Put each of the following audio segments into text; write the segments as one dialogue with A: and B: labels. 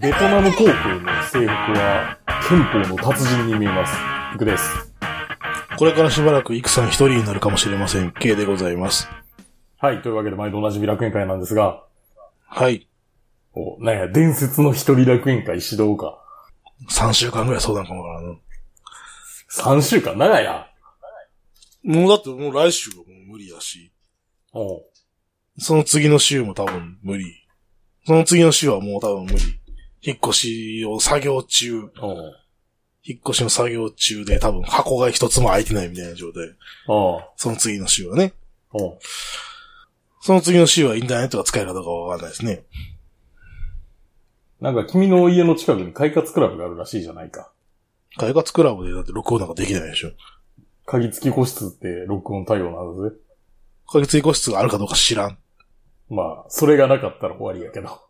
A: ベトナム航空の制服は憲法の達人に見えます。いくです。
B: これからしばらく、イクさん一人になるかもしれません。K でございます。
A: はい、というわけで毎度おなじみ楽園会なんですが、
B: はい。
A: お、なんや、伝説の一人楽園会指導か。
B: 3週間ぐらい相談かもわからな。
A: 3週間長いな。
B: もうだってもう来週はもう無理だし、
A: おう
B: その次の週も多分無理。その次の週はもう多分無理。引っ越しを作業中、
A: おう
B: 引っ越しの作業中で多分箱が一つも開いてないみたいな状態。
A: おう
B: その次の週はね。
A: おう
B: その次の週はインターネットが使えるかどうかわかんないですね。
A: なんか君の家の近くに快活クラブがあるらしいじゃないか。
B: 開発クラブでだって録音なんかできないでしょ。
A: 鍵付き個室って録音対応なんだぜ。
B: 解決追個室があるかどうか知らん。
A: まあ、それがなかったら終わりやけど。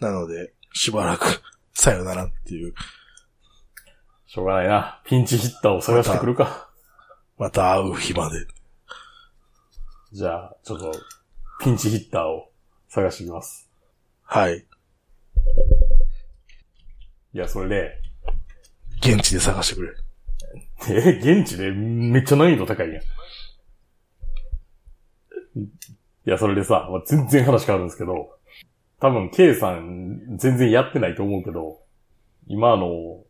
B: なので、しばらく、さよならっていう。
A: しょうがないな。ピンチヒッターを探してくるか。
B: また会う日まで。
A: じゃあ、ちょっと、ピンチヒッターを探してきます。
B: はい。
A: いや、それで、
B: 現地で探してくれ。
A: え、現地でめっちゃ難易度高いやん。いや、それでさ、まあ、全然話変わるんですけど、多分、K さん全然やってないと思うけど、今あの、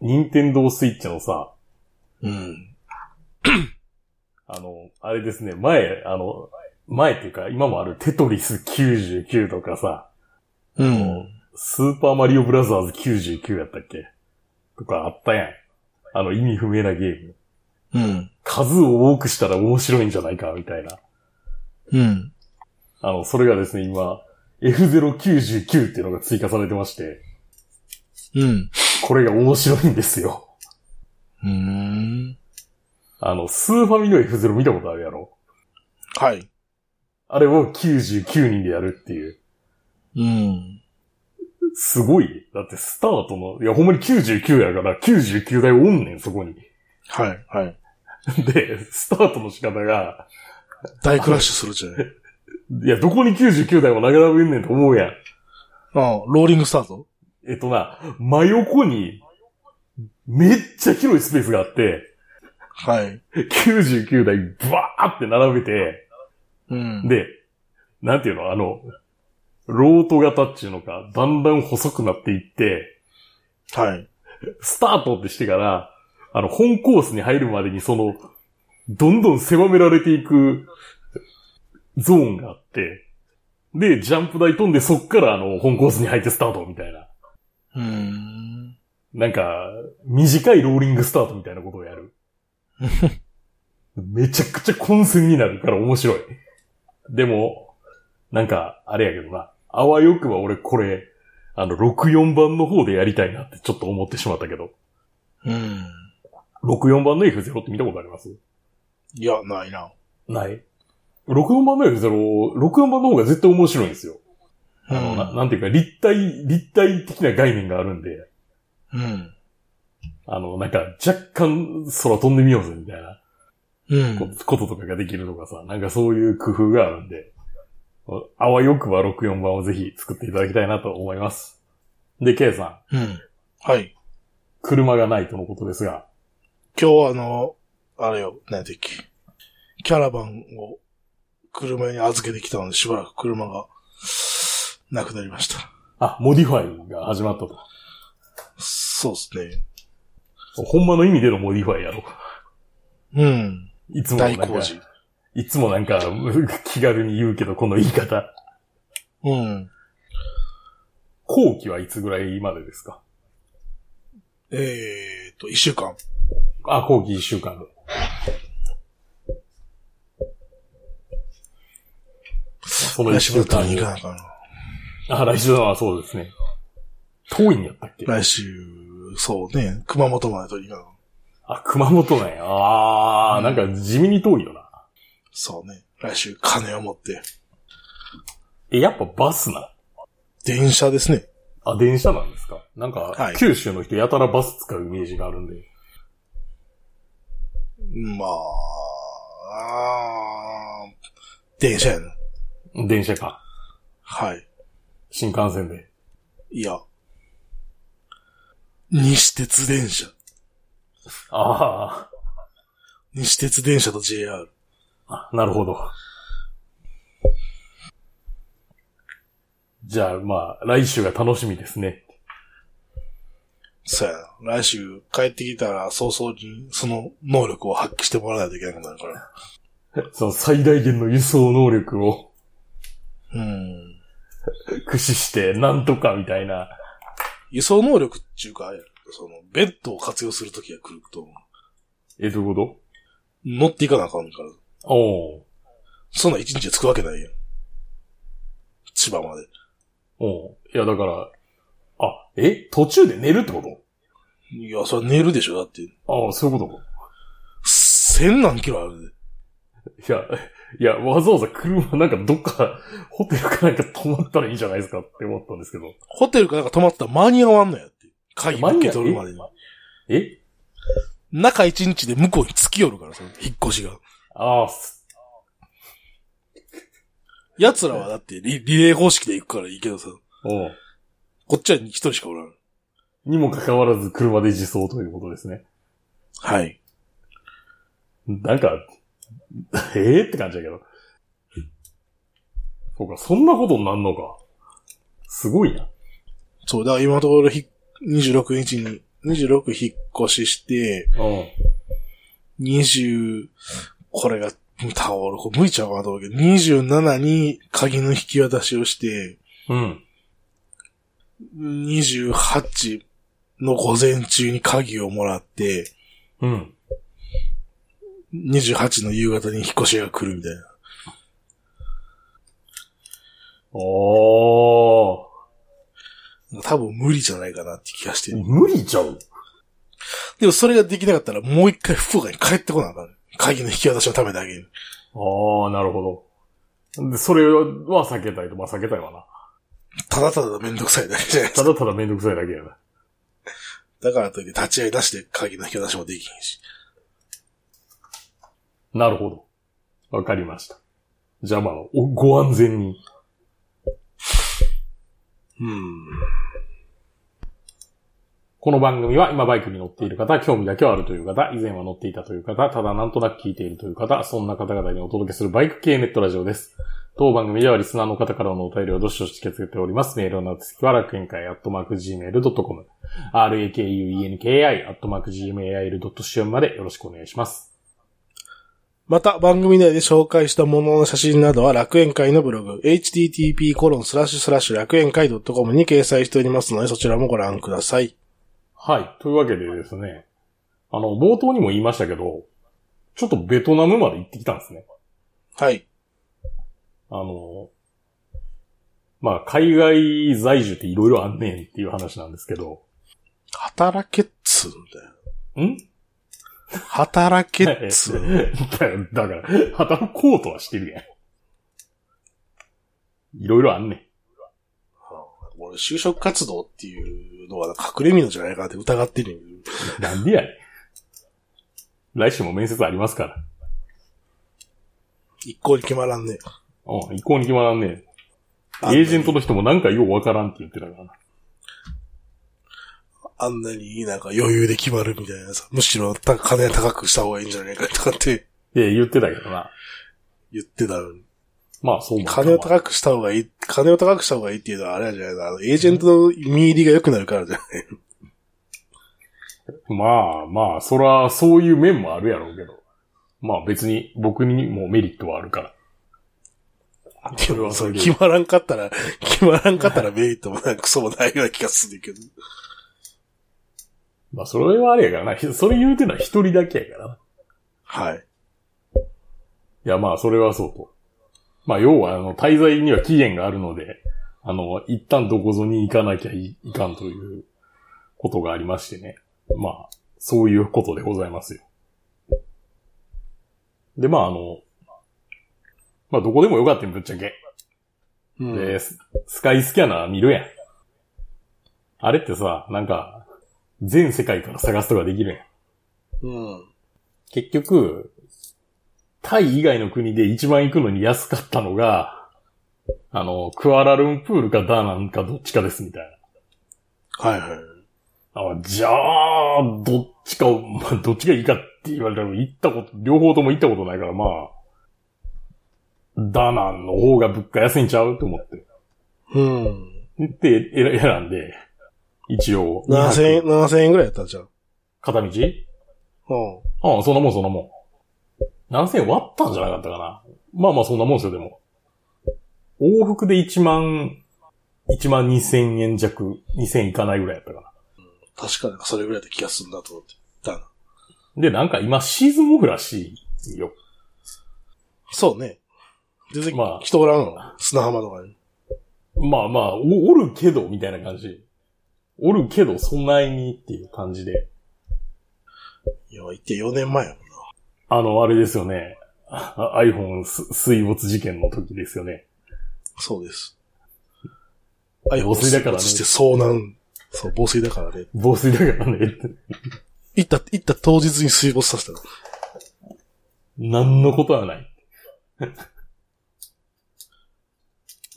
A: 任天堂スイッチのさ、
B: うん。
A: あの、あれですね、前、あの、前っていうか、今もあるテトリス99とかさ、
B: うん。
A: スーパーマリオブラザーズ99やったっけとかあったやん。あの意味不明なゲーム。
B: うん。
A: 数を多くしたら面白いんじゃないか、みたいな。
B: うん。
A: あの、それがですね、今、F099 っていうのが追加されてまして、
B: うん。
A: これが面白いんですよ。
B: うん。
A: あの、スーファミの F0 見たことあるやろ
B: はい。
A: あれを99人でやるっていう。
B: うん。
A: すごい。だってスタートの、いやほんまに99やから、99台おんねん、そこに。
B: はい。はい。
A: で、スタートの仕方が、
B: 大クラッシュするじゃない。
A: いや、どこに99台も投げられんねんと思うやん。
B: ああ、ローリングスタート
A: えっとな、真横に、めっちゃ広いスペースがあって、
B: はい。
A: 99台バーって並べて、
B: うん。、
A: で、なんていうの、あの、ロート型っていうのか、だんだん細くなっていって、
B: はい。
A: スタートってしてから、あの、本コースに入るまでにその、どんどん狭められていくゾーンがあって、で、ジャンプ台飛んでそっからあの、本コースに入ってスタートみたいな。
B: うん。
A: なんか、短いローリングスタートみたいなことをや る。めちゃくちゃ混戦になるから面白い。でも、なんか、あれやけどな。あわよくは俺これ、あの、64番の方でやりたいなってちょっと思ってしまったけど。
B: うん。
A: 64番の F0 って見たことあります
B: いや、ないな。
A: ない。64番の F0、64番の方が絶対面白いんですよ。あの、ななんていうか、立体、立体的な概念があるんで、
B: うん。
A: あの、なんか、若干空飛んでみようぜ、みたいな。
B: うん。
A: ここととかができるとかさ、なんかそういう工夫があるんで、あわよくば64番をぜひ作っていただきたいなと思います。で、K さん、
B: うん。はい。
A: 車がないとのことですが、
B: 今日はあの、あれよ、何やったっけ。キャラバンを車に預けてきたので、しばらく車がなくなりました。
A: あ、モディファイが始まったと。
B: そうです
A: ほんまの意味でのモディファイやろ。
B: ね。うん。
A: いつもなん
B: 大
A: か、
B: 工事。
A: いつもなんか、 気軽に言うけど、この言い方。
B: うん。
A: 後期はいつぐらいまでですか
B: えーっと、一週間。
A: あ、後期一週間で。その一
B: 来週
A: 週
B: だった
A: 間
B: ら
A: に
B: 行かなあかんな
A: あ、来週はそうですね。遠いんやったっけ
B: 来週、そうね、熊本まで取りに行かなあか
A: あ、
B: ん。
A: 熊本ね。ああ、なんか地味に遠いよな。
B: そうね。来週、金を持って。
A: え、やっぱバスな。
B: 電車ですね。
A: あ、電車なんですかなんか、
B: はい
A: 九州の人やたらバス使うイメージがあるんで。
B: まあ、あー電車やな。
A: 電車か。
B: はい。
A: 新幹線で。
B: いや、西鉄電車。
A: あ
B: 西鉄電車と JR。
A: あ、なるほど。じゃあ、まあ、来週が楽しみですね。
B: そうやな。来週帰ってきたら早々にその能力を発揮してもらわないといけなくなるから。
A: その最大限の輸送能力を
B: うん。
A: 駆使して、なんとかみたいな。
B: 輸送能力っていうか、その、ベッドを活用するときが来ると、
A: え、どういうこ
B: 乗っていかなあかんから。
A: とおう
B: そんなん一日で着くわけないやん。千葉まで。
A: おういや、だから、あ、え途中で寝るってこ
B: いや、それは寝るでしょだって、
A: とああ、そういうこ
B: 千何キロあるで。
A: といや、いや、わざわざ車なんかどっか、ホテルかなんか泊まったらいいじゃないですかって思ったんですけど。
B: ホテルかなんか泊まったら間に合わんのやって。鍵受け取るまでに。
A: え
B: 中一日で向こうに着きよるから、その引っ越しが。
A: ああ、す
B: 奴らはだってリリレー方式で行くからいいけどさ、
A: おう
B: こっちは一人しかおらん。
A: にもかかわらず車で自走ということですね。
B: はい。
A: なんか、 ええって感じだけど。そうか、そんなことになんのか。すごいな。
B: そう、だから今のところひ26日に、26引っ越しして、
A: うん。
B: 20、これが、タオル、これ無理ちゃうかなと思うけど、27に鍵の引き渡しをして、
A: うん。
B: 28の午前中に鍵をもらって、
A: うん。
B: 28の夕方に引っ越しが来るみたいな。
A: おー。
B: 多分無理じゃないかなって気がしてる。
A: 無理じゃん。
B: でもそれができなかったらもう一回福岡に帰ってこなあかん。鍵の引き渡しのためだけに。
A: ああ、なるほど。で、それは避けたいと。まあ避けたいわな。
B: ただただめんどくさいだけじゃないです
A: た
B: か。
A: だただめんどくさいだけやな。
B: だからといって立ち会いなしで鍵の引き渡しもできへんし。
A: なるほど。わかりました。じゃあまあ、おご安全に。
B: うん。
A: この番組は今バイクに乗っている方、興味だけはあるという方、以前は乗っていたという方、ただなんとなく聞いているという方、そんな方々にお届けするバイク系ネットラジオです。当番組ではリスナーの方からのお便りをどしどし受け付けております。メールの宛先は楽園会アットマーク Gmail.com、rakuenki アットマーク Gmail.com までよろしくお願いします。
B: また、番組内で紹介したものの写真などは楽園会のブログ、http コロンスラッシュスラッシュ楽園会 .com に掲載しておりますので、そちらもご覧ください。
A: はい。というわけでですね、あの、冒頭にも言いましたけど、ちょっとベトナムまで行ってきたんですね。
B: はい。
A: あの、まあ、海外在住っていろいろあんねんっていう話なんですけど、
B: 働けっつうんだよ。
A: ん
B: 働けっつうの。
A: だだから、働こうとはしてるやん。いろいろあんねん。
B: 俺、就職活動っていうのは隠れ身のじゃないかなって疑ってるんだけ
A: なんでやねん。来週も面接ありますから。
B: ど一向に決まらんね。
A: うん、一向に決まらんねえ。エージェントの人もなんかようわからんって言ってたからな。
B: あんなになんか余裕で決まるみたいなさ、むしろた金高くした方がいいんじゃないかとかって
A: で、言ってたけどな。
B: 言ってたのに。
A: まあ、そう思ったわ
B: 金を高くした方がいい、金を高くした方がいいっていうのはあれじゃないのあの、エージェントの見入りが良くなるからじゃない。
A: まあまあ、そら、そういう面もあるやろうけど。まあ別に僕にもメリットはあるから。
B: で
A: それは
B: も
A: そ
B: そ
A: れ
B: れ
A: で
B: 決まらんかったら、決まらんかったらメリットもなんかクソもないような気がするけど。
A: まあそれはあれやからな。ひそれ言うてのは一人だけやからな。
B: はい。
A: いやまあそれはそうと。まあ要はあの、滞在には期限があるので、あの、一旦どこぞに行かなきゃいいかんということがありましてね。まあ、そういうことでございますよ。でまああの、まあどこでもよかったよぶっちゃけ。
B: うん
A: で、ススカイスキャナー見るやん。あれってさ、なんか、全世界から探すことができるやん。
B: うん。
A: 結局、タイ以外の国で一番行くのに安かったのが、あの、クアラルンプールかダーナンかどっちかですみたいな。
B: はいはい。
A: あじゃあ、どっちかを、まあ、どっちがいいかって言われたら、行ったこと、両方とも行ったことないから、まあ、ダナンの方が物価安いんちゃうと思って。
B: うん。
A: で、え選んで、一応、
B: 7000円、
A: 200
B: 7000円ぐらいやったじゃん。
A: 片道
B: うん。
A: ああ、そんなもんそんなもん。7000円割ったんじゃなかったかな。まあまあそんなもんですよ、でも。往復で1万、1万2000円弱、2000いかないぐらいやったか
B: 確かなんかそれぐらいで気がするんだと思って。だな。
A: な。で、なんか今シーズンオフらしいよ。
B: そうね。全然、
A: まあ
B: 人おらんの砂浜とかに。
A: まあまあ、おおるけど、みたいな感じ。おるけど、そんなにっていう感じで。
B: いや、行って4年前やもんな。
A: あの、あれですよね。あ iPhone す水没事件の時ですよね。
B: そうです。
A: 防水だからね
B: そして遭難。そう、防水だからね。
A: 防水だからね。
B: 行った、行った当日に水没させたの。
A: 何のことはない。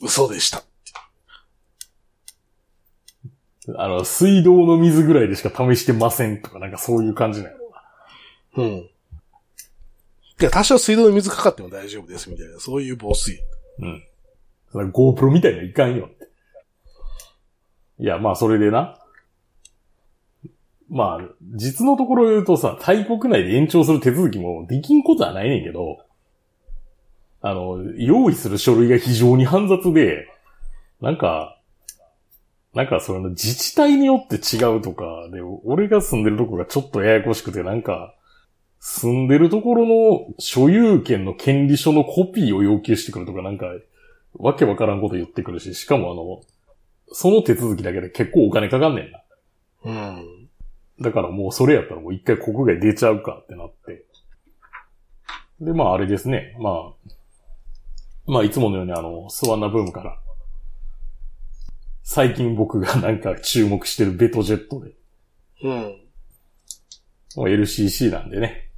B: 嘘でした。
A: あの、水道の水ぐらいでしか試してませんとか、なんかそういう感じなんやろうな。
B: うん。いや、多少水道に水かかっても大丈夫です、みたいな。そういう防水。
A: うん。それ GoPro みたいにはいかんよって。いや、まあ、それでな。まあ、実のところ言うとさ、タイ国内で延長する手続きもできんことはないねんけど、あの、用意する書類が非常に煩雑で、なんか、なんかその自治体によって違うとか、で、俺が住んでるとこがちょっとややこしくて、なんか、住んでるところの所有権の権利書のコピーを要求してくるとか、なんか、わけわからんこと言ってくるし、しかもあの、その手続きだけで結構お金かかんねんな。
B: うん。
A: だからもうそれやったらもう一回国外出ちゃうかってなって。で、まああれですね。まあ、まあいつものようにあの、スワンナブームから、最近僕がなんか注目してるベトジェットで、
B: うん。
A: もう LCC なんでね。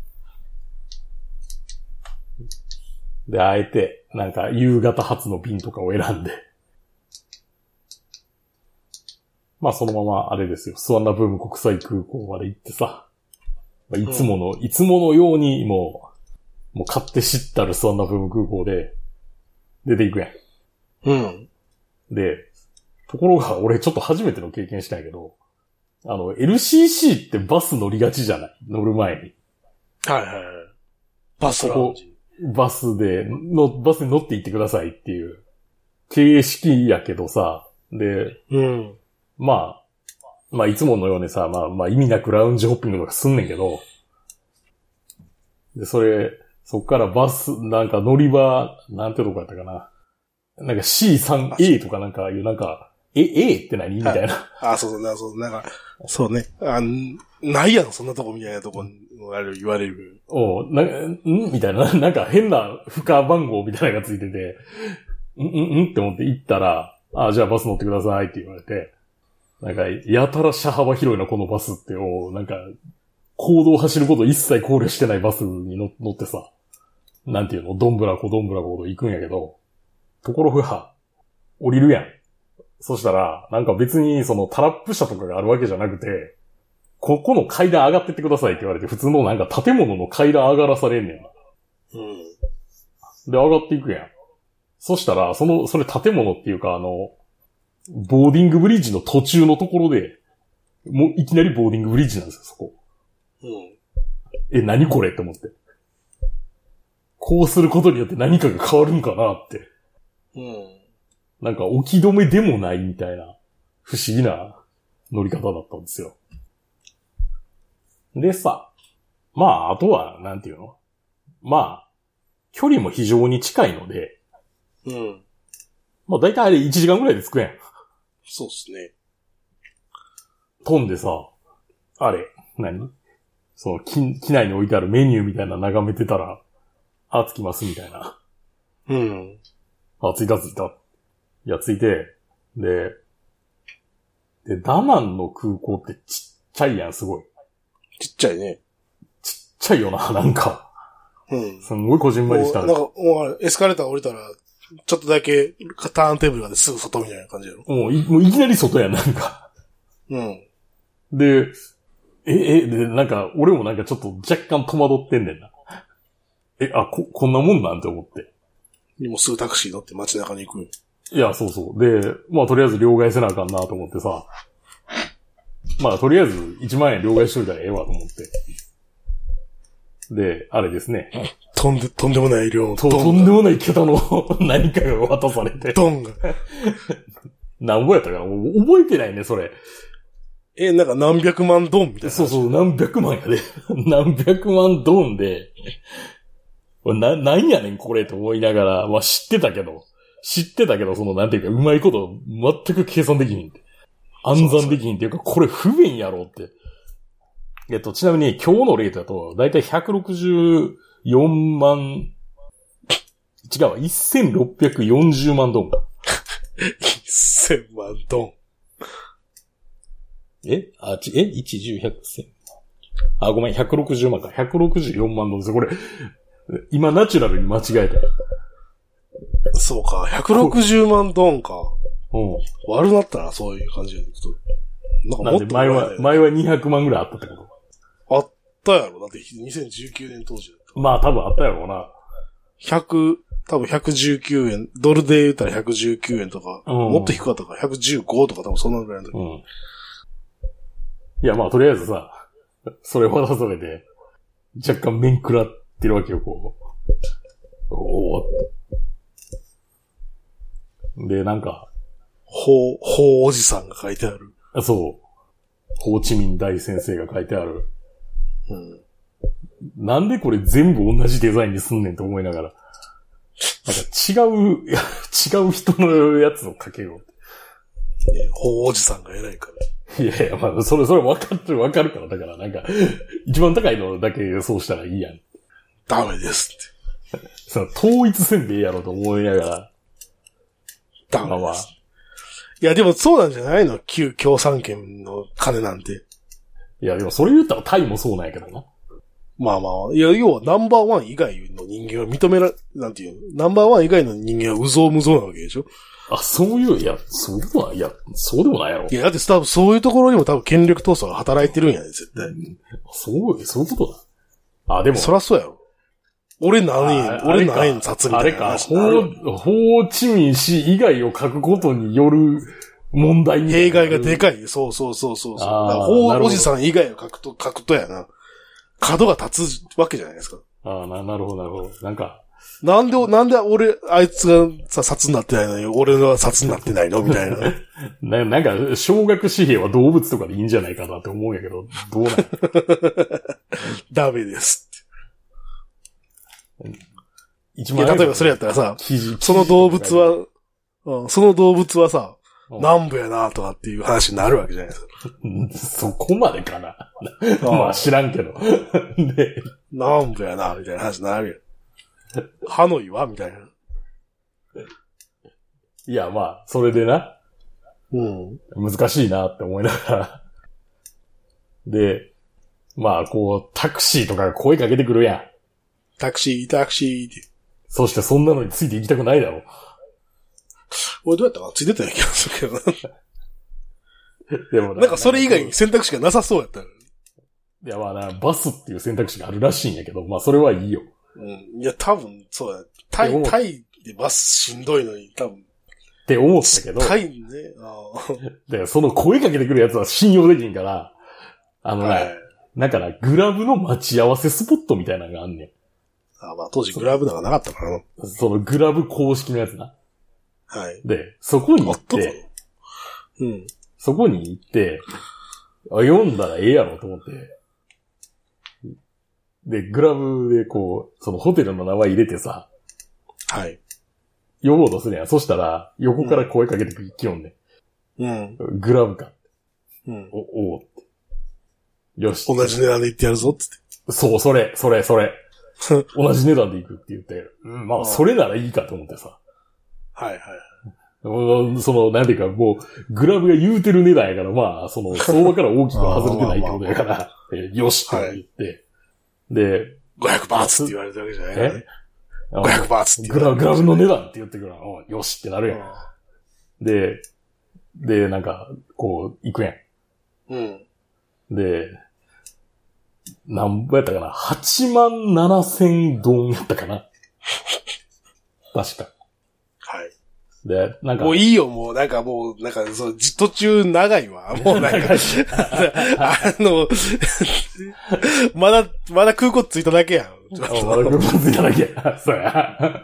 A: で、あえて、なんか、夕方発の便とかを選んで。まあ、そのまま、あれですよ。スワンダブーム国際空港まで行ってさ。まあ、いつもの、いつものように、もう、もう買って知ったるスワンダブーム空港で、出ていくやん。
B: うん。
A: で、ところが俺ちょっと初めての経験したんやけど、あの、LCC ってバス乗りがちじゃない乗る前に。
B: はいはいはい。バスラウンジ。
A: バスで、の、バスに乗って行ってくださいっていう、形式やけどさ、で、
B: うん。
A: まあ、まあいつものようにさ、まあまあ意味なくラウンジホッピングとかすんねんけど、で、それ、そっからバス、なんか乗り場、なんてとこやったかな。なんか C3A とかなんかいう、なんか、え、A って何みたいな。
B: あ、そうそう、なそう、なんか、そうね。あ、んないやん、そんなとこみたいなとこにあれ言われる。
A: おうな、んみたいな、 なんか変な負荷番号みたいなのがついてて、んんんって思って行ったら、あじゃあバス乗ってくださいって言われて、なんか、やたら車幅広いな、このバスって、おうなんか、行動走ること一切考慮してないバスに乗乗ってさ、なんていうの、どんぶらこどんぶらこと行くんやけど、ところが、降りるやん。そしたら、なんか別にそのタラップ車とかがあるわけじゃなくて、ここの階段上がってってくださいって言われて、普通のなんか建物の階段上がらされんねんな。
B: うん。
A: で、上がっていくやん。そしたら、その、それ建物っていうか、あの、ボーディングブリッジの途中のところで、もういきなりボーディングブリッジなんですよ、そこ。
B: うん。
A: え、何これって思って。こうすることによって何かが変わるんかなって。
B: うん。
A: なんか置き止めでもないみたいな、不思議な乗り方だったんですよ。でさ、まあ、あとは、なんていうのまあ、距離も非常に近いので、
B: うん。
A: まあ大体あれ1時間ぐらいで着くやん。
B: そうっすね。
A: 飛んでさ、あれ、何その、機機内に置いてあるメニューみたいなの眺めてたら、あ、着きますみたいな。
B: うん。
A: あ、着いた着いた。いや、着いて、で、で、ダナンの空港ってちっちゃいやん、すごい。
B: ちっちゃいね。
A: ちっちゃいよな、 なんか。
B: うん。
A: すんごいこじんまり
B: も
A: し
B: う
A: た
B: なんか、。もうあれエスカレーター降りたら、ちょっとだけターンテーブルがあってすぐ外みたいな感じやろ。
A: もうい、もういきなり外やん、なんか。
B: うん。
A: で、え、え、で、なんか、俺もなんかちょっと若干戸惑ってんねんな。え、あ、こ、こんなもんなんて思って。
B: でもすぐタクシー乗って街中に行くん。
A: いや、そうそう。で、まあ、とりあえず両替せなあかんなと思ってさ。まあ、とりあえず1万円両替しといたらええわと思って。で、あれですね。
B: とんで、とんでもない量の
A: と、
B: ド
A: と
B: ン
A: んで
B: が、
A: もない桁の 何かが渡されて。
B: ドンが。
A: なんぼやったかなもう覚えてないね、それ。
B: え、なんか何百万ドンみたいな。
A: そうそう、何百万やで。 何百万ドンで、 な、なんやねん、これと思いながら、まあ知ってたけど、知ってたけど、その、なんていうか、うまいこと、全く計算できひん。暗算できひんっていうか、これ不便やろって。えっと、ちなみに今日のレートだと、だいたい164万、違うわ、1640万ドンか。
B: 1000万ドン。
A: えあ、ち、え ?1、10、100、1000。あ、ごめん、160万か。164万ドルです。これ、今ナチュラルに間違えた。
B: そうか、160万ドンか。
A: う
B: 悪なったら、そういう感じでいくと。なん
A: ん。な
B: かも
A: ん
B: っ
A: で
B: と
A: 前は、前は200万ぐらいあったってこ
B: あったやろ。だって2019年当時だ
A: と。まあ多分あったやろうな。
B: った。100、多分119円、ドルで言ったら119円とか、
A: うん
B: もっと低かったから115とか多分そんなぐらいの時。
A: うん。いや、まあとりあえずさ、それはそれで、若干面食らってるわけよ、こう。おおって。で、なんか、
B: ほう、ほうおじさんが書いてある。
A: そう。ホーチミン大先生が書いてある。
B: うん。
A: なんでこれ全部同じデザインにすんねんと思いながら。なんか違う、いや 違う人のやつをかけよ
B: ね、ほうおじさんが偉いから。
A: う。いやいや、まあ、それ、それ分かってる、分かるから、だから、なんか、一番高いのだけそうしたらいいやん。
B: ダメですっ
A: その、統一せんでええやろと思いなが
B: て。ダ
A: ら、まあ
B: メ
A: ま
B: で
A: あ
B: す。いや、でもそうなんじゃないの旧共産圏の金なんて。
A: いや、でもそれ言ったらタイもそうなんやけどな。
B: まあまあ、いや、要はナンバーワン以外の人間は認めら、なんていうのナンバーワン以外の人間はうぞうむぞうなわけでしょ
A: あ、そういう、いや、そうでもない、いや、そうでもないやろ
B: い。や、だって多分そういうところにも多分権力闘争が働いてるんやね、絶対。
A: そう、そういうことだ。あ、でも、
B: そらそうやろ。俺何円
A: あ、あ
B: 俺
A: れか
B: 何円札みた
A: あ
B: い
A: れ
B: な
A: か、
B: 話
A: ホ
B: になる。
A: ー、ホーチミン氏以外を書くことによる問題みたい
B: 弊
A: な
B: 害がでかい。そうそうそうそうそう。だ
A: あー
B: から法
A: なるほど
B: おじさん以外を書くと、書くとやな。角が立つわけじゃないですか。
A: ああ、な、なるほど、なるほど。なんか、
B: なんで、なんで俺、あいつがさ、札になってないのに、俺が札になってないのみたいな。
A: ななんか、小学紙幣は動物とかでいいんじゃないかなって思うんやけど、ど うなん
B: ダメですっ
A: 一
B: て。い
A: 万
B: や、
A: 円。
B: 例えばそれやったらさ、
A: 記事、
B: その動物は、うん、その動物はさ、
A: うん
B: 南部やなとかっていう話になるわけじゃないですか。
A: うん、そこまでかな。
B: あ ー
A: まあ知らんけど。で、
B: 南部やな、みたいな話になるよ。ハノイはみたいな。
A: いや、まあ、それでな、
B: うん。
A: 難しいなって思いながら。で、まあ、こう、タクシーとかが声かけてくるやん。
B: タクシー、タクシーって。
A: そしてそんなのについていきたくないだろう。
B: 俺どうやったかなついてたような気がするけど
A: でも
B: な。なんかそれ以外に
A: い
B: 選択肢がなさそうやったよ。
A: やまあな、バスっていう選択肢があるらしいんやけど、まあそれはいいよ。
B: うん。いや、多分、そうや。タ
A: で
B: イ、
A: も
B: タイでバスしんどいのに、多分。
A: って思ったけど、
B: タイね。あー
A: で、その声かけてくるやつは信用できんから、あのな、
B: はい。
A: なんかな、グラブの待ち合わせスポットみたいなのがあんね
B: あまあ、当時グラブなんかなかったからな。
A: ん。そのグラブ公式のやつな。
B: はい。
A: で、そこに行っ
B: あったか
A: て、
B: うん。
A: そこに行って、あ読んだらええやろと思って。で、グラブでこう、そのホテルの名前入れてさ、
B: はい。
A: 呼ぼうとするやん。そしたら、横から声かけてきよんねん。
B: うん。
A: グラブか。
B: うん。
A: お、おうって。よし。
B: 同じ値段で行ってやるぞ、つって。
A: そう、それ、それ、そ れ。同じ値段で行くって言って。うん、ま
B: う
A: あ、
B: ん
A: それならいいかと思ってさ。
B: はいはい。
A: うんその、なんていうか、もう、グラブが言うてる値段やから、まあ、そ の、相場から大きくは外れてないってことやから、えよしって言って。で、
B: 500バーツって言われてるわけじゃないからね。
A: あの
B: 500バーツって
A: グ
B: 言
A: ラ
B: われ
A: ブ、グラブの値段って言ってくるの、およしってなるやん。で、で、なんか、こう、行くやん。
B: うん。うん。
A: で、なんぼやったかな ?8 万7千ドンやったかな確か。
B: はい。
A: で、なんか
B: もう、いいよ、もう、なんかもう、なんか、そう、じっと中長い わ。もうなんか、あの、まだ、まだ空港着いただけやん。ちょっ
A: あ悪
B: と
A: くついただけや。そうや。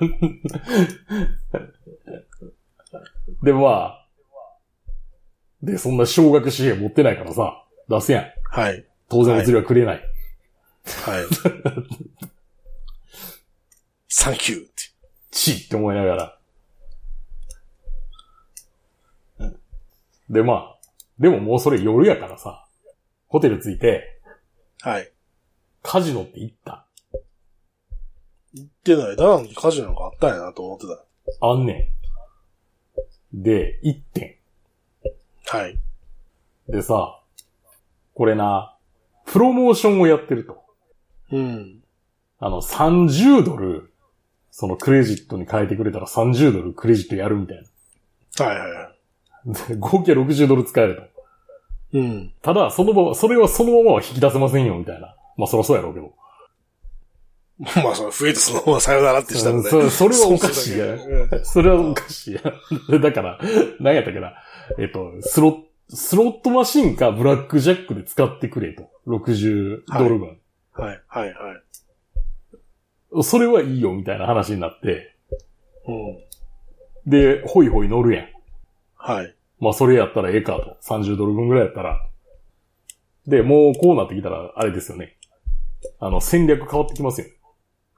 A: で、まあ、で、そんな少額紙幣持ってないからさ、出せやん。
B: はい。
A: 当然お釣りはくれない。
B: はい。サンキューって。
A: ちって思いながら。で、まあ、でももうそれ夜やからさ、ホテル着いて、
B: はい。
A: カジノって行った。
B: でない、だなんて火事なんかあったんやなと思って
A: あんねん。で、行って
B: た。はい。
A: ん。でさ、これな、プロモーションをやってると。
B: うん。
A: あの、30ドル、そのクレジットに変えてくれたら30ドルクレジットやるみたい
B: はいはいは
A: な。で合計60ドル使えると。
B: い。うん。
A: ただ、そのまま、それはそのままは引き出せませんよ、みたいな。まあ、そらそうやろうけど。
B: まあ、その増えてそのままさよならってしたので。
A: そそれはおかしいや。
B: うん
A: それはおかしいや。だから、何やったっけな。えっと、スロッ、スロットマシンかブラックジャックで使ってくれと。60ドル分。
B: はいはいはい。
A: それはいいよ、みたいな話になって。
B: うん。
A: で、ホイホイ乗るやん。
B: はい。
A: まあ、それやったらええかと。30ドル分ぐらいやったら。で、もうこうなってきたら、あれですよね。あの、戦略変わってきますよ。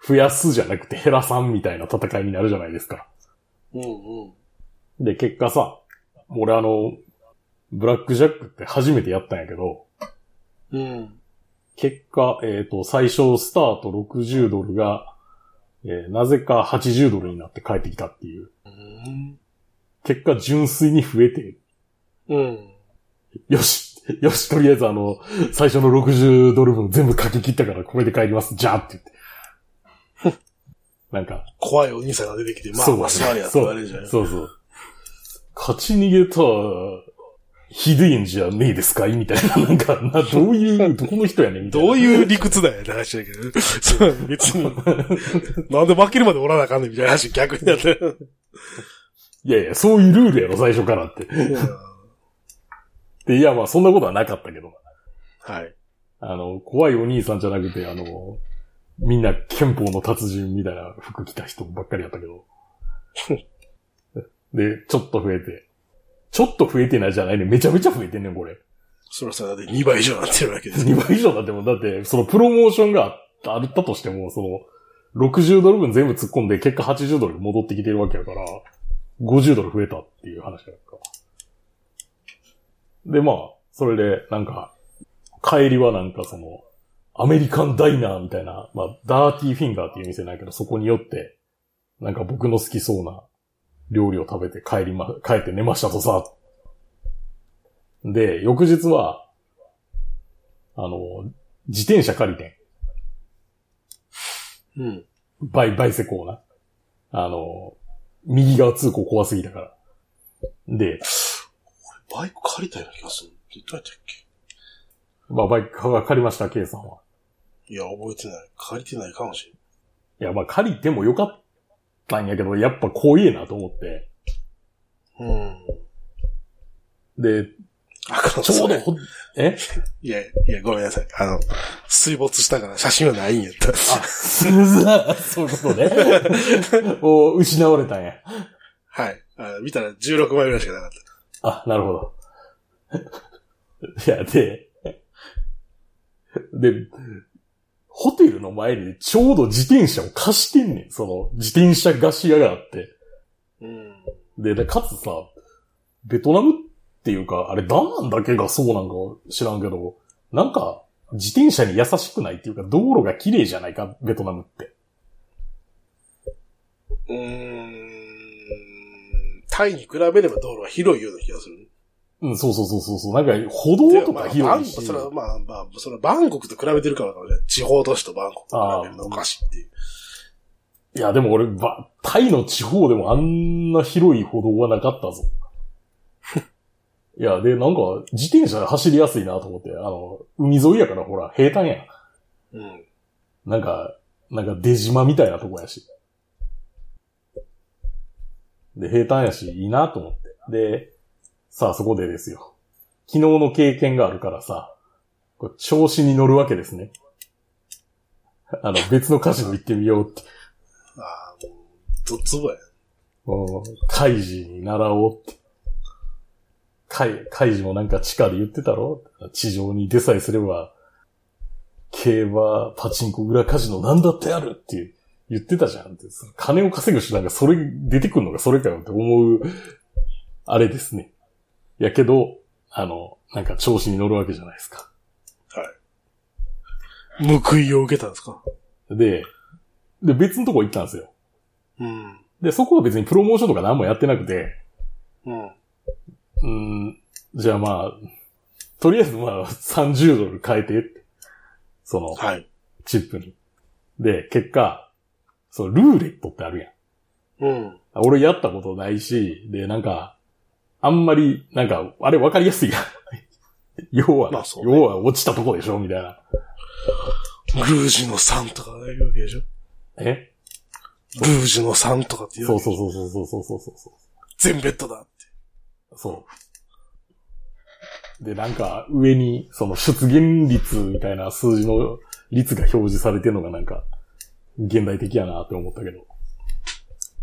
A: 増やすじゃなくて減らさんみたいな戦いになるじゃないですか。
B: うんうん。
A: で、結果さ、俺あの、ブラックジャックって初めてやったんやけど、
B: うん。
A: 結果、えっ、と、最初スタート60ドルが、えーなぜか80ドルになって帰ってきたっていう。
B: うん。
A: 結果、純粋に増えて、
B: うん。
A: よし、よし、とりあえずあの、最初の60ドル分全部書き切ったからこれで帰ります、じゃあって言って。なんか、
B: 怖いお兄さんが出てきて、まあ、
A: そう
B: まあ、座りやって言われるじゃない
A: そうそう。勝ち逃げた、ひでえんじゃねえですかいみたいな、なんか、な、どういう、どこの人やねんみたいな。
B: どういう理屈だよって話だけどね。そう、別に。なんで負けるまでおらなあかんねんみたいな話逆になってる。
A: いやいや、そういうルールやろ、最初からって。で、いや、まあ、そんなことはなかったけど。
B: はい。
A: あの、怖いお兄さんじゃなくて、あの、みんな憲法の達人みたいな服着た人ばっかりやったけど。で、ちょっと増えて。ちょっと増えてないじゃないね。めちゃめちゃ増えてんねん、これ。
B: そろそろだって2倍以上になってるわけです。
A: 2倍以上だってもん、だって、そのプロモーションがあったあったとしても、その、60ドル分全部突っ込んで、結果80ドル戻ってきてるわけやから、50ドル増えたっていう話やんか。で、まあ、それで、なんか、帰りはなんかその、アメリカンダイナーみたいな、まあ、ダーティーフィンガーっていう店なんやけど、そこによって、なんか僕の好きそうな料理を食べて帰りま、帰って寝ましたとさ。で、翌日は、あの、自転車借りてん。
B: うん。
A: バイ、バイセコーな。あの、右側通行怖すぎたから。で、
B: バイク借りたような気がする。どうやったっけ
A: まあ、バイクは借りました、K さんは。
B: いや、覚えてない。借りてないかもしれん。
A: いや、まあ、借りてもよかったんやけど、やっぱ怖えなと思って。
B: うん。
A: で、
B: あかん、
A: ちょう
B: そ
A: ど
B: れ
A: ほ、え
B: いや、いや、ごめんなさい。あの、水没したから写真はないんやった。
A: あ、そういうこと ね。お失われたんや。
B: はい。あ見たら16枚ぐらいしかなかっ
A: あ、なるほど。いや、で、で、ホテルの前でちょうど自転車を貸してんねん。その、自転車貸し屋があって。
B: た。うん。
A: で、でかつさ、ベトナムっていうか、あれ、ダナンだけがそうなんか知らんけど、なんか、自転車に優しくないっていうか、道路が綺麗じゃないか、ベトナムって。
B: うーん。タイに比べれば道路は広いような気がする。
A: うん、そうそうそうそうそう。なんか、歩道とか
B: でまあバ
A: 広
B: ン
A: いし。
B: それはまあまあ、それはバンコクと比べてるからかもしれない地方都市とバンコクと比べるのおかしいっていう。
A: いや、でも俺、ば、タイの地方でもあんな広い歩道はなかったぞ。いや、で、なんか、自転車走りやすいなと思って、あの、海沿いやからほら、平坦やん。
B: うん。
A: なんか、なんか出島みたいなとこやし。で、平坦やし、いいなと思って。で、さあそこでですよ。昨日の経験があるからさ、これ調子に乗るわけですね。あの、別のカジノ行ってみようって。
B: ああ、もう、どっつぼや。
A: もう、カイジに習おうって。カイ、カイジもなんか地下で言ってたろ地上に出さえすれば、競馬、パチンコ、裏カジノなんだってあるって言ってたじゃんって。その金を稼ぐ手段がそれ、出てくるのがそれかよって思う、あれですね。やけど、あの、なんか調子に乗るわけじゃないですか。
B: 報いを受けたんですか
A: で、で、別のとこ行ったんですよ。
B: うん。
A: で、そこは別にプロモーションとか何もやってなくて、
B: うん。
A: うーん、じゃあまあ、とりあえずまあ、30ドル変えてって。その、
B: はい。
A: チップに。で、結果、そのルーレットってあるやん。
B: うん。
A: 俺やったことないし、で、なんか、あんまり、なんか、あれ分かりやすいやん。 要は、
B: まあそうね
A: 要は落ちたとこでしょみたいな。
B: ルージュの3とか言うわけでしょ
A: え
B: ルージュの3とかって言う
A: そう
B: わけ
A: そうそうそうそうそうそうそう。
B: 全ベッドだって。
A: そう。で、なんか、上に、その、出現率みたいな数字の率が表示されてるのがなんか、現代的やなって思ったけど。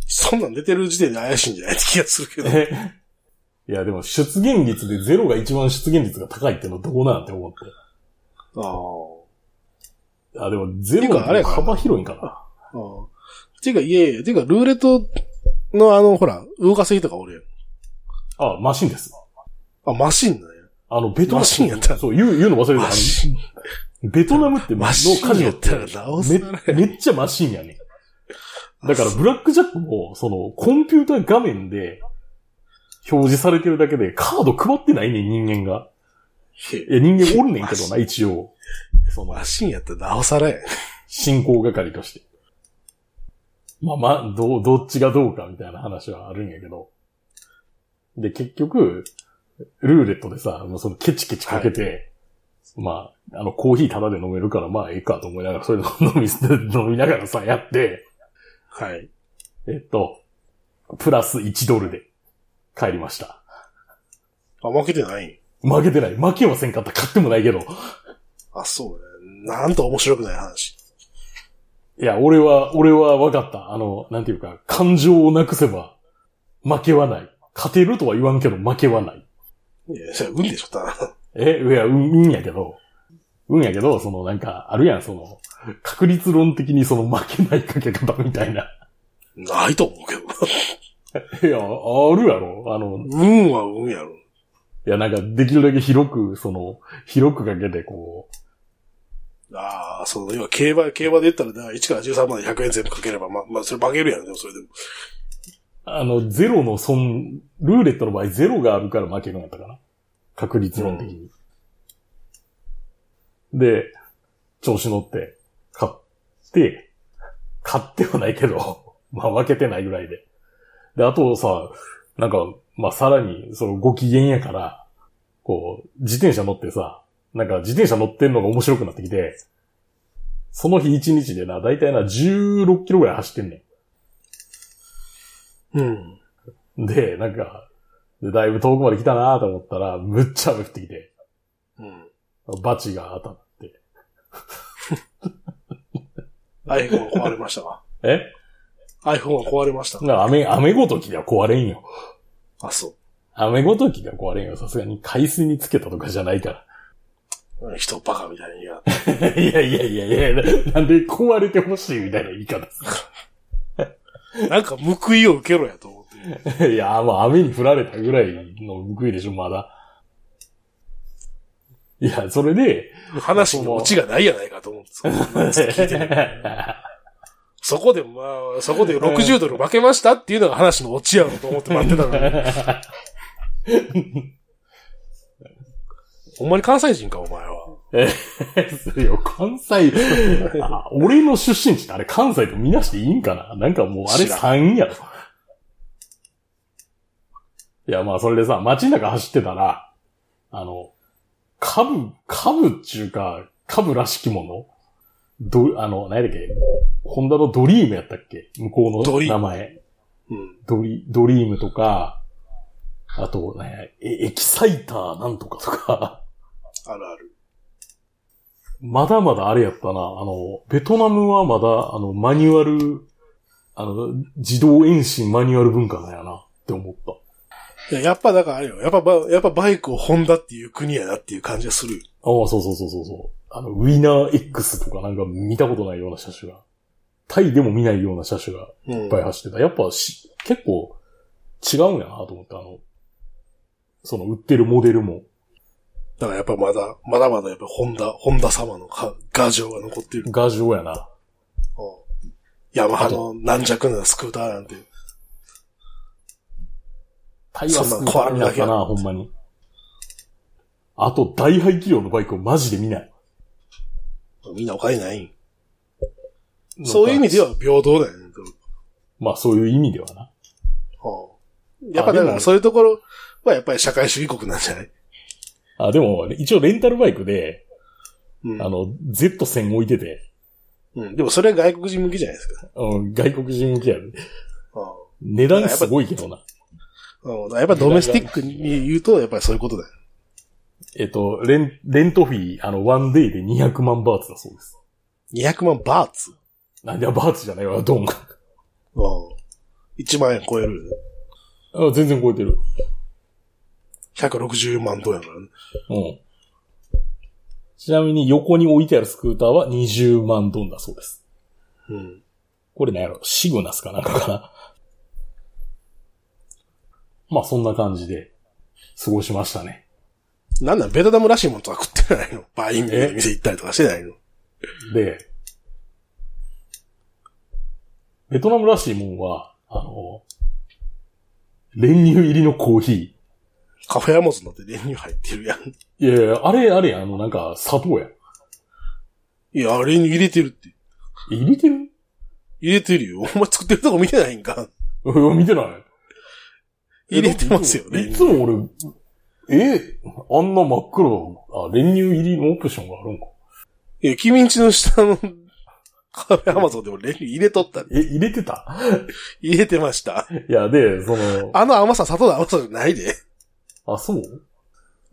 B: そんなん出てる時点で怪しいんじゃないって気がするけど。
A: え いや、でも、出現率でゼロが一番出現率が高いってのはどうなんって思って。
B: あ
A: あ、でも、ゼロの
B: てかあれやからな
A: 幅広いんかな。
B: あ。ていうか、いやいや、ていうか、ルーレットのあの、ほら、動かせいとかおるやん。
A: あ、マシンです。
B: あ、マシンなんや。
A: あの、ベトナム。
B: マシンやった
A: そう、言う、言うの忘れてた
B: マシン。
A: ベトナムって、
B: マシ
A: のカ
B: ン
A: ジノ
B: や
A: っ
B: ってたらなおさらや。
A: め、めっちゃマシンやね。だから、ブラックジャックも、その、コンピューター画面で、表示されてるだけで、カード配ってないねん、人間が。いや、人間おるねんけどな、一応。その
B: マ、シンやったらなおさらや。
A: 進行係として。まあまあ、どう、どっちがどうかみたいな話はあるんやけど。で、結局、ルーレットでさ、もうそのケチケチかけて、まあ、あの、コーヒータダで飲めるから、まあ、ええかと思いながら、それ飲み、 飲みながらさ、やって、
B: はい。
A: えっと、プラス1ドルで帰りました。
B: あ、負けてない
A: 負けてない。負けはせんかった。買ってもないけど。
B: あ、そうね。なんと面白くない話。
A: いや、俺は、俺は分かった。あの、なんていうか、感情をなくせば、負けはない。勝てるとは言わんけど、負けはない。
B: いや、それ運でしょ、ただ。
A: え、いや、うん、うんやけど、うんやけど、その、なんか、あるやん、その、確率論的にその負けないかけ方みたいな。
B: ないと思うけど。
A: いや、あるやろ。あの、
B: 運は運やろ。
A: いや、なんか、できるだけ広く、その、広くかけて、こう、
B: ああ、その、要は競馬、競馬で言ったら、だから1から13まで100円全部かければ、まあ、まあ、それ負けるやん、でもそれでも。
A: あの、ゼロの損、ルーレットの場合ゼロがあるから負けるんやったかな。確率論的に。で、調子乗って、買って、買ってはないけど、 まあ負けてないぐらいで。で、あとさ、なんか、まあさらに、そのご機嫌やから、こう、自転車乗ってさ、なんか自転車乗ってんのが面白くなってきて、その日一日でな、だいたいな16キロぐらい走ってんねん。
B: うん。
A: で、なんか、で、だいぶ遠くまで来たなと思ったら、むっちゃ雨降ってきて、
B: うん。
A: バチが当たって。
B: iPhone が壊れました わ。
A: え
B: iPhone が壊れました。
A: なんか雨、雨ごときでは壊れんよ。
B: あ、そ
A: 雨ごときでは壊れんよ。さすがに海水につけたとかじゃないか
B: ううん。人バカみたいに言いやがって。
A: ら。 いやいやいやいや、ななんで壊れてほしいみたいな言い方す
B: なんか報いを受けろやと思って。
A: る。いや、もう雨に降られたぐらいの報いでしょ、まだ。いや、それ で、
B: 話にオチがないやないかと思って。聞いてるそこで、まあ、そこで60ドル負けましたっていうのが話のオチやろと思って待ってたのに。 ほんまに関西人か、お前は。
A: それよ、関西、 あ俺の出身地ってあれ関西とみなしていいんかななんかもうあれ
B: 知らん
A: 3やろ。いや、まあ、それでさ、街中走ってたら、あの、株、株っていうか、株らしきものど、あの、何やったっけホンダのドリームやったっけ向こう
B: ドリ
A: の
B: ーム
A: 名前。
B: うん。
A: ドリ、ドリームとか、あと、何や、えエキサイターなんとかとか、
B: あるある。
A: まだまだあれやったな。あの、ベトナムはまだ、あの、マニュアル、あの、自動遠心マニュアル文化なんやなって思った。
B: いや、やっぱだからあれよ。やっぱば、やっぱバイクをホンダっていう国やなっていう感じがするよ。
A: ああ、そうそうそうそうそう。あの、ウィナー X とかなんか見たことないような車種が。タイでも見ないような車種がい
B: うん。
A: っぱい走ってた。やっぱし、結構違うんやなと思って、あの、その売ってるモデルも、
B: だからやっぱまだ、まだまだやっぱホンダ、ホンダ様のか牙城が残ってる。
A: ガジオやな。
B: うんヤマハの軟弱なスクーターなんて。
A: タイはす
B: そ
A: ご
B: んなん
A: い
B: 変わる
A: や
B: だ
A: っ
B: けや
A: たな、ほんまに。あと、大排気量のバイクをマジで見ない。
B: みんなお金ないん。そういう意味で
A: は
B: は平等だよね。でも
A: まあ、そういう意味ではな。
B: うんやっぱだ
A: あ
B: か
A: で
B: ら
A: も
B: そういうところはやっぱり社会主義国なんじゃない
A: あ、でも、一応レンタルバイクで、
B: うん
A: あの、Z1000 置いてて、
B: うん。でもそれは外国人向きじゃないですか。
A: うん、外国人向けやる。
B: うん
A: 値段すごいけどな。
B: うんやっぱドメスティックに言うと、やっぱりそういうことだよ。
A: えっと、レン、レントフィー、あの、ワンデイで200万バーツだそうです。
B: 200万バーツ
A: なんでバーツじゃないわ、ドンが。
B: うん。1万円超えるよね。
A: あ全然超えてる。
B: 160万ドンやからね。
A: うん。ちなみに横に置いてあるスクーターは20万ドンだそうです。
B: うん。
A: これなんやろ、シグナスかなんかかな。まあそんな感じで、過ごしましたね。
B: なんなんベトナムらしいもんとは食ってないのバインミーの店行ったりとかしてないの
A: で、ベトナムらしいもんは、あの、練乳入りのコーヒー。
B: カフェアモズのって練乳入ってるやん。
A: いやいや、あれ、あれや、あの、なんか、砂糖や。
B: いや、あれに入れてるって。
A: 入れてる
B: 入れてるよ。お前作ってるとこ見てないんか。
A: うん見てない。
B: 入れてますよね
A: いつも俺、えあんな真っ黒、あ、練乳入りのオプションがあるんか。
B: いや、君んちの下の カフェアマゾンでも練乳入れとった。
A: え、入れてた
B: 入れてました。
A: いや、で、その、
B: あの甘さ、砂糖の甘さじゃないで。
A: あ、そうい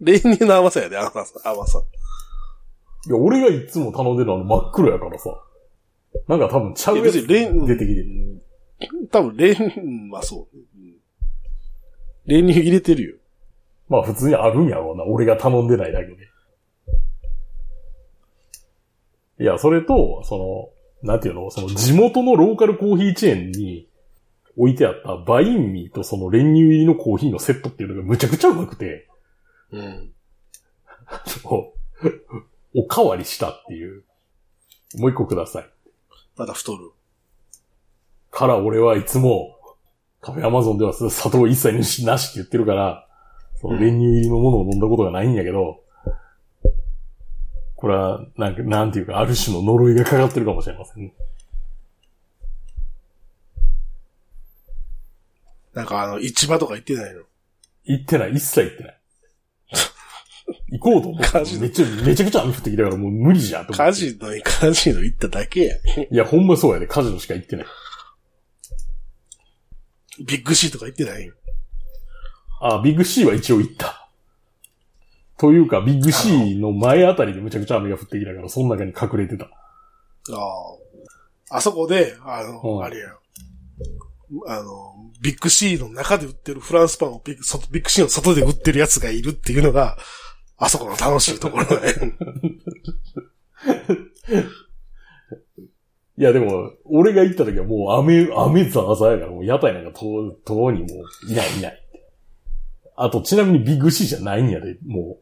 B: 練乳の甘さやで、甘さ、甘さ。
A: や、俺がいつも頼んでるのは真っ黒やからさ。なんか多分、ちゃう
B: いや
A: やつ
B: 別に
A: 出て
B: 練
A: きてる。
B: 多分、練、うんまあそう。うん練乳入れてるよ。
A: まあ、普通にあるんやろうな。俺が頼んでないだけで。いや、それと、その、なんていうのその地元のローカルコーヒーチェーンに置いてあったバインミーとその練乳入りのコーヒーのセットっていうのがむちゃくちゃうまくて、
B: うん。
A: そうおかわりしたっていう。もう一個ください。
B: また太る。
A: から俺はいつも、カフェアマゾンでは砂糖一切なしって言ってるから、その練乳入りのものを飲んだことがないんやけど、これは、なんか、なんていうか、ある種の呪いがかかってるかもしれませんね。
B: なんかあの、市場とか行ってないの。
A: 行ってない、一切行ってない。行こうと思った
B: カジノ
A: めっちゃ、めちゃくちゃ雨降ってきたからもう無理じゃんと思って
B: カジノにカジノ行っただけや。
A: いや、ほんまそうやで、カジノしか行ってない。
B: ビッグシーとか行ってない
A: あ、ビッグ C は一応行った。というか、ビッグ C の前あたりでむちゃくちゃ雨が降ってきたから、その中に隠れてた。
B: ああ。あそこで、あの、
A: うん
B: あれや。あの、ビッグシーの中で売ってるフランスパンをビッグそビッグシーの外で売ってるやつがいるっていうのが、あそこの楽しいとこ ろだよ。
A: いや、でも、俺が行った時はもう雨、雨ザーザーやから、もう屋台なんかとう、とうにもう、いないいない。あと、ちなみにビッグ C じゃないんやで、も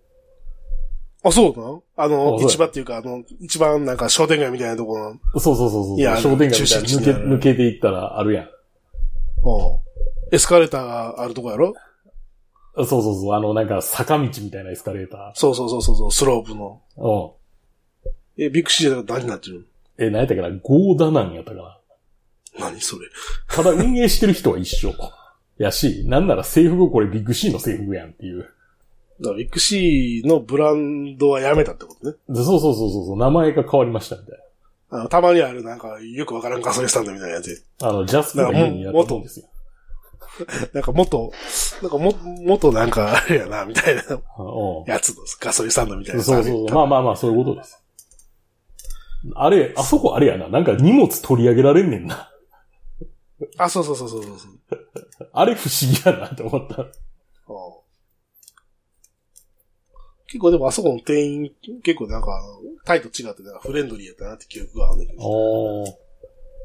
B: あ、そうなのあの
A: あそう、や
B: 市場っていうか、あの、一番なんか商店街みたいなところの、
A: う。そうそうそうそう。
B: いや
A: 商店街みたい
B: 中
A: に
B: 心
A: 抜
B: 地
A: け、
B: にある
A: 抜けていったらあるやん。
B: うんエスカレーターがあるとこやろ
A: そうそうそう、あの、なんか坂道みたいなエスカレータ
B: そうそうそうそうそう、スロープの。
A: ー。うん。
B: え、ビッグシーじゃなくて何になってる
A: え、何やったかなゴーダナンやったかな
B: の何それ。
A: ただ運営してる人は一緒。 やし、なんなら制服これビッグ C の制服やんっていう。
B: だから、ビッグ C のブランドはやめたってことね。
A: でそうそうそうそうそう、名前が変わりましたみたい
B: あの、たまにある、なんか、よくわからんガソリンスタンドみたいなやつ。
A: な。あの、ジャスコが家にやったんですよ。
B: なんか、元、なんか、も、元なんか、あれやな、みたいな
A: あうん
B: やつの、ガソリンスタンドみたいなやつ
A: そうそうそう。まあまあまあ、そういうことです。あれ、あそこあれやな。なんか荷物取り上げられんねんな。
B: あ、そうそうそうそうそうそう。
A: あれ不思議やなって思った。
B: ああ結構でもあそこの店員、結構なんかあの、タイと違ってなんかフレンドリーやったなって記憶があるんだけど、
A: お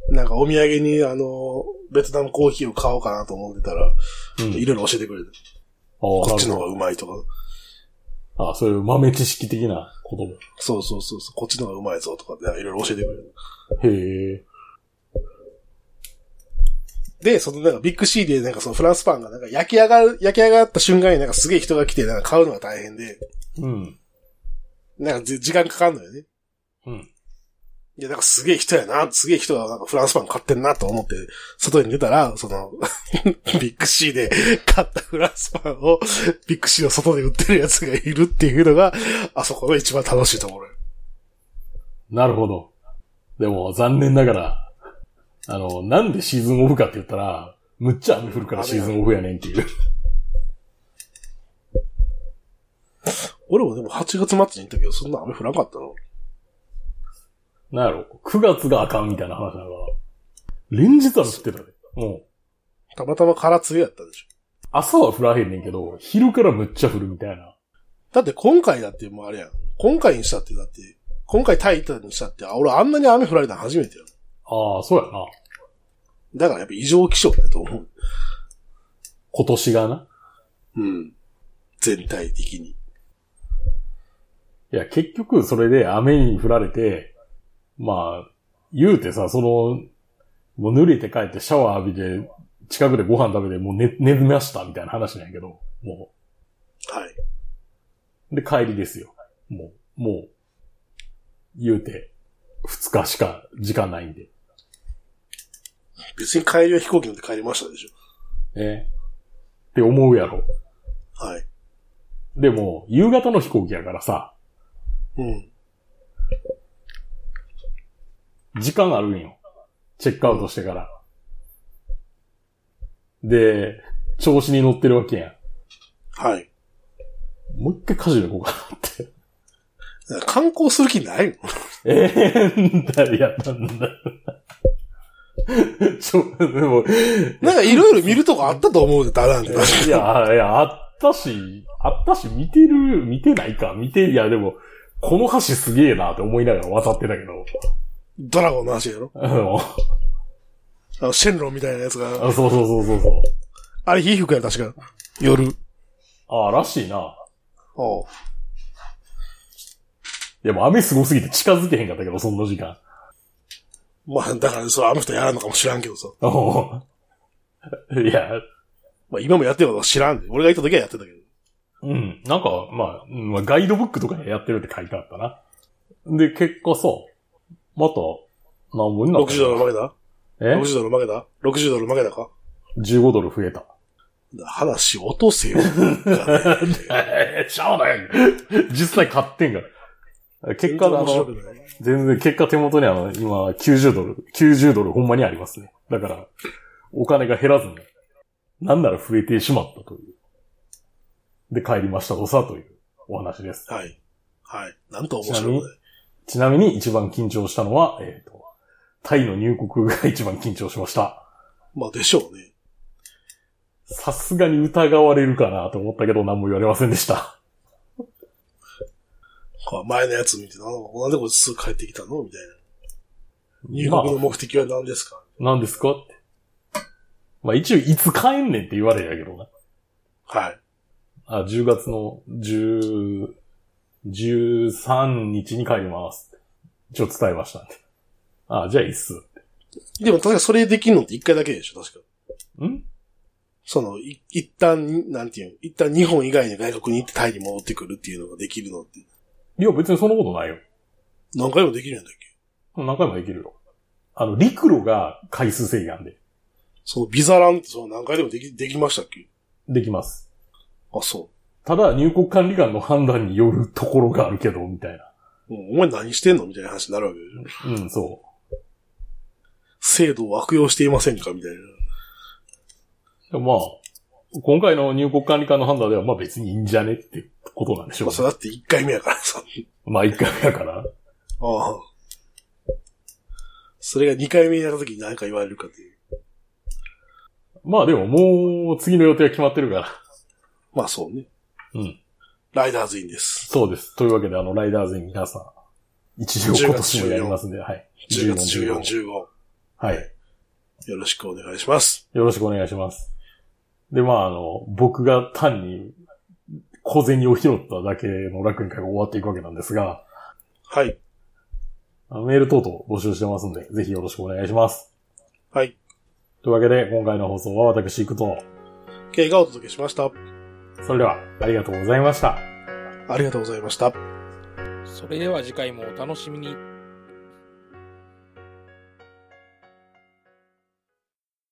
B: なんかお土産にあの、ベトナムコーヒーを買おうかなと思ってたら、
A: うん
B: いろいろ教えてくれて、
A: ああ、
B: こっち
A: な
B: の方
A: る
B: がうまいとか、
A: ほどあそういう豆知識的なことも。
B: そうそうそうそう、こっちの方がうまいぞとか、なんかいろいろ教えてくれる。
A: へえ。
B: で、そのなんかビッグシーでなんかそのフランスパンがなんか焼き上がる、焼き上がった瞬間になんかすげえ人が来てなんか買うのが大変で、
A: うん。
B: なんかじ時間かかんのよね。
A: うん。
B: いや、なんかすげえ人やな、すげえ人がなんかフランスパン買ってんなと思って、外に出たら、その、 ビッグ C で買ったフランスパンを、ビッグ C の外で売ってるやつがいるっていうのが、あそこの一番楽しいところよ。
A: なるほど。でも、残念ながら、あの、なんでシーズンオフかって言ったら、むっちゃ雨降るからシーズンオフやねんっていう。
B: 俺もでも8月末に行ったけど、そんな雨降らんかったの。
A: なんやろ、9月があかんみたいな話だから、連日雨降ってたで。もう、
B: たまたま空梅雨やったでしょ。
A: 朝は降らへんねんけど、昼からむっちゃ降るみたいな。
B: だって今回だってもうあれやん。今回にしたってだって、今回タイ行ったにしたって、あ俺あんなに雨降られたの初めてよ。
A: ああ、そうやな。
B: だからやっぱ異常気象だと思う。
A: 今年がな。
B: うん。全体的に。
A: いや、結局、それで雨に降られて、まあ、言うてさ、その、もう濡れて帰ってシャワー浴びて、近くでご飯食べて、もう寝、寝ましたみたいな話なんやけど、も
B: はい。
A: う。で、帰りですよ。もう、もう、言うて、二日しか時間ないんで。
B: 別に帰りは飛行機乗って帰りましたでしょ。
A: ね。って思うやろ。
B: はい。
A: でも、夕方の飛行機やからさ、
B: うん。
A: 時間あるんよ。チェックアウトしてから。で、調子に乗ってるわけや
B: はい。
A: ん。もう一回カジノ行こうか なって。
B: 観光する気 ないもん。
A: ええんだ、いや、なんだ。 ちょ、でも、
B: なんかいろいろ見るとこあったと思うで、だなんで。
A: いや、いや、あったし、あったし、見てる、見てないか、見て、いや、でも、この橋すげえなって思いながら渡ってたけど。
B: ドラゴンの話やろ
A: あの
B: あの、シェンロンみたいなやつが。
A: あそうそうそうそうそう。
B: あれ、皮膚やろ確か。夜。
A: ああ、らしいな。
B: おう
A: いや、もう雨すごすぎて近づけへんかったけど、そんな時間。
B: まあ、だから、そう、あの人やらんのかも知らんけどさ。
A: おういや、
B: まあ、今もやってることは知らんで。俺が行った時はやってたけど。
A: うん。なんか、まあうん、まあ、ガイドブックとかでやってるって書いてあったな。で、結果さ、また、何本になった
B: 60ドル負けた
A: え
B: ?60 ドル負けた ?60 ドル負けたか
A: ?15 ドル増えた。
B: 話落とせよ。
A: えー、しゃあない。実際買ってんから。 結果、あ
B: 面白
A: の
B: く、ない
A: 全然、結果手元にあの、今、90ドル、90ドルほんまにありますね。だから、お金が減らずに、なんなら増えてしまったという。で、帰りましたとさ、というお話です。
B: はい。はい。なんと面白くない。
A: ちなみに一番緊張したのは、えっ、と、タイの入国が一番緊張しました。
B: まあ、でしょうね。
A: さすがに疑われるかなと思ったけど何も言われませんでした。
B: こう前のやつ見て、なんかなんでこれすぐ帰ってきたのみたいな。入国の目的は何ですか
A: まあ、何ですかって。まあ一応いつ帰んねんって言われるやけどな。
B: はい。
A: あ、10月の10、13日に帰りますって。一応伝えましたんで。あ、じゃあいいっす。
B: でも確かそれできるのって一回だけでしょ確か。
A: ん
B: その、い一旦、なんていうの一旦日本以外の外国に行ってタイに戻ってくるっていうのができるのって、
A: いや別にそんなことないよ。
B: 何回もできるんだっけ
A: 何回もできるよ。あの、陸路が回数制限あんで。
B: そのビザランってその何回でもでき、できましたっけ
A: できます。
B: あ、そ
A: ただ、入国管理官の判断によるところがあるけど、みたいな。
B: う。うんお前何してんのみたいな話になるわけでしょ。
A: うん、そ
B: 制度を悪用していませんかみたいな。
A: う。でもまあ、今回の入国管理官の判断では、まあ別にいいんじゃねってことなんでしょう
B: まあ、
A: ね
B: それだって1回目やか らさ。
A: まあ一回目やから。
B: ああ。それが2回目になった時に何か言われるかっていう。
A: まあでももう次の予定は決まってるから。
B: まあそうね。
A: うん。
B: ライダーズインです。
A: そうです。というわけで、あの、ライダーズに皆さん、一応今年もやりますんで、はい。
B: 10月14、
A: 15
B: 15。
A: はい。
B: よろしくお願いします。
A: よろしくお願いします。で、まあ、あの、僕が単に小銭を拾っただけの楽園会が終わっていくわけなんですが、
B: はい。
A: あのメール等々募集してますんで、ぜひよろしくお願いします。
B: はい。
A: というわけで、今回の放送は私行くと、
B: K がお届けしました。
A: それでは、ありがとうございました。
B: ありがとうございました。
C: それでは次回もお楽しみに。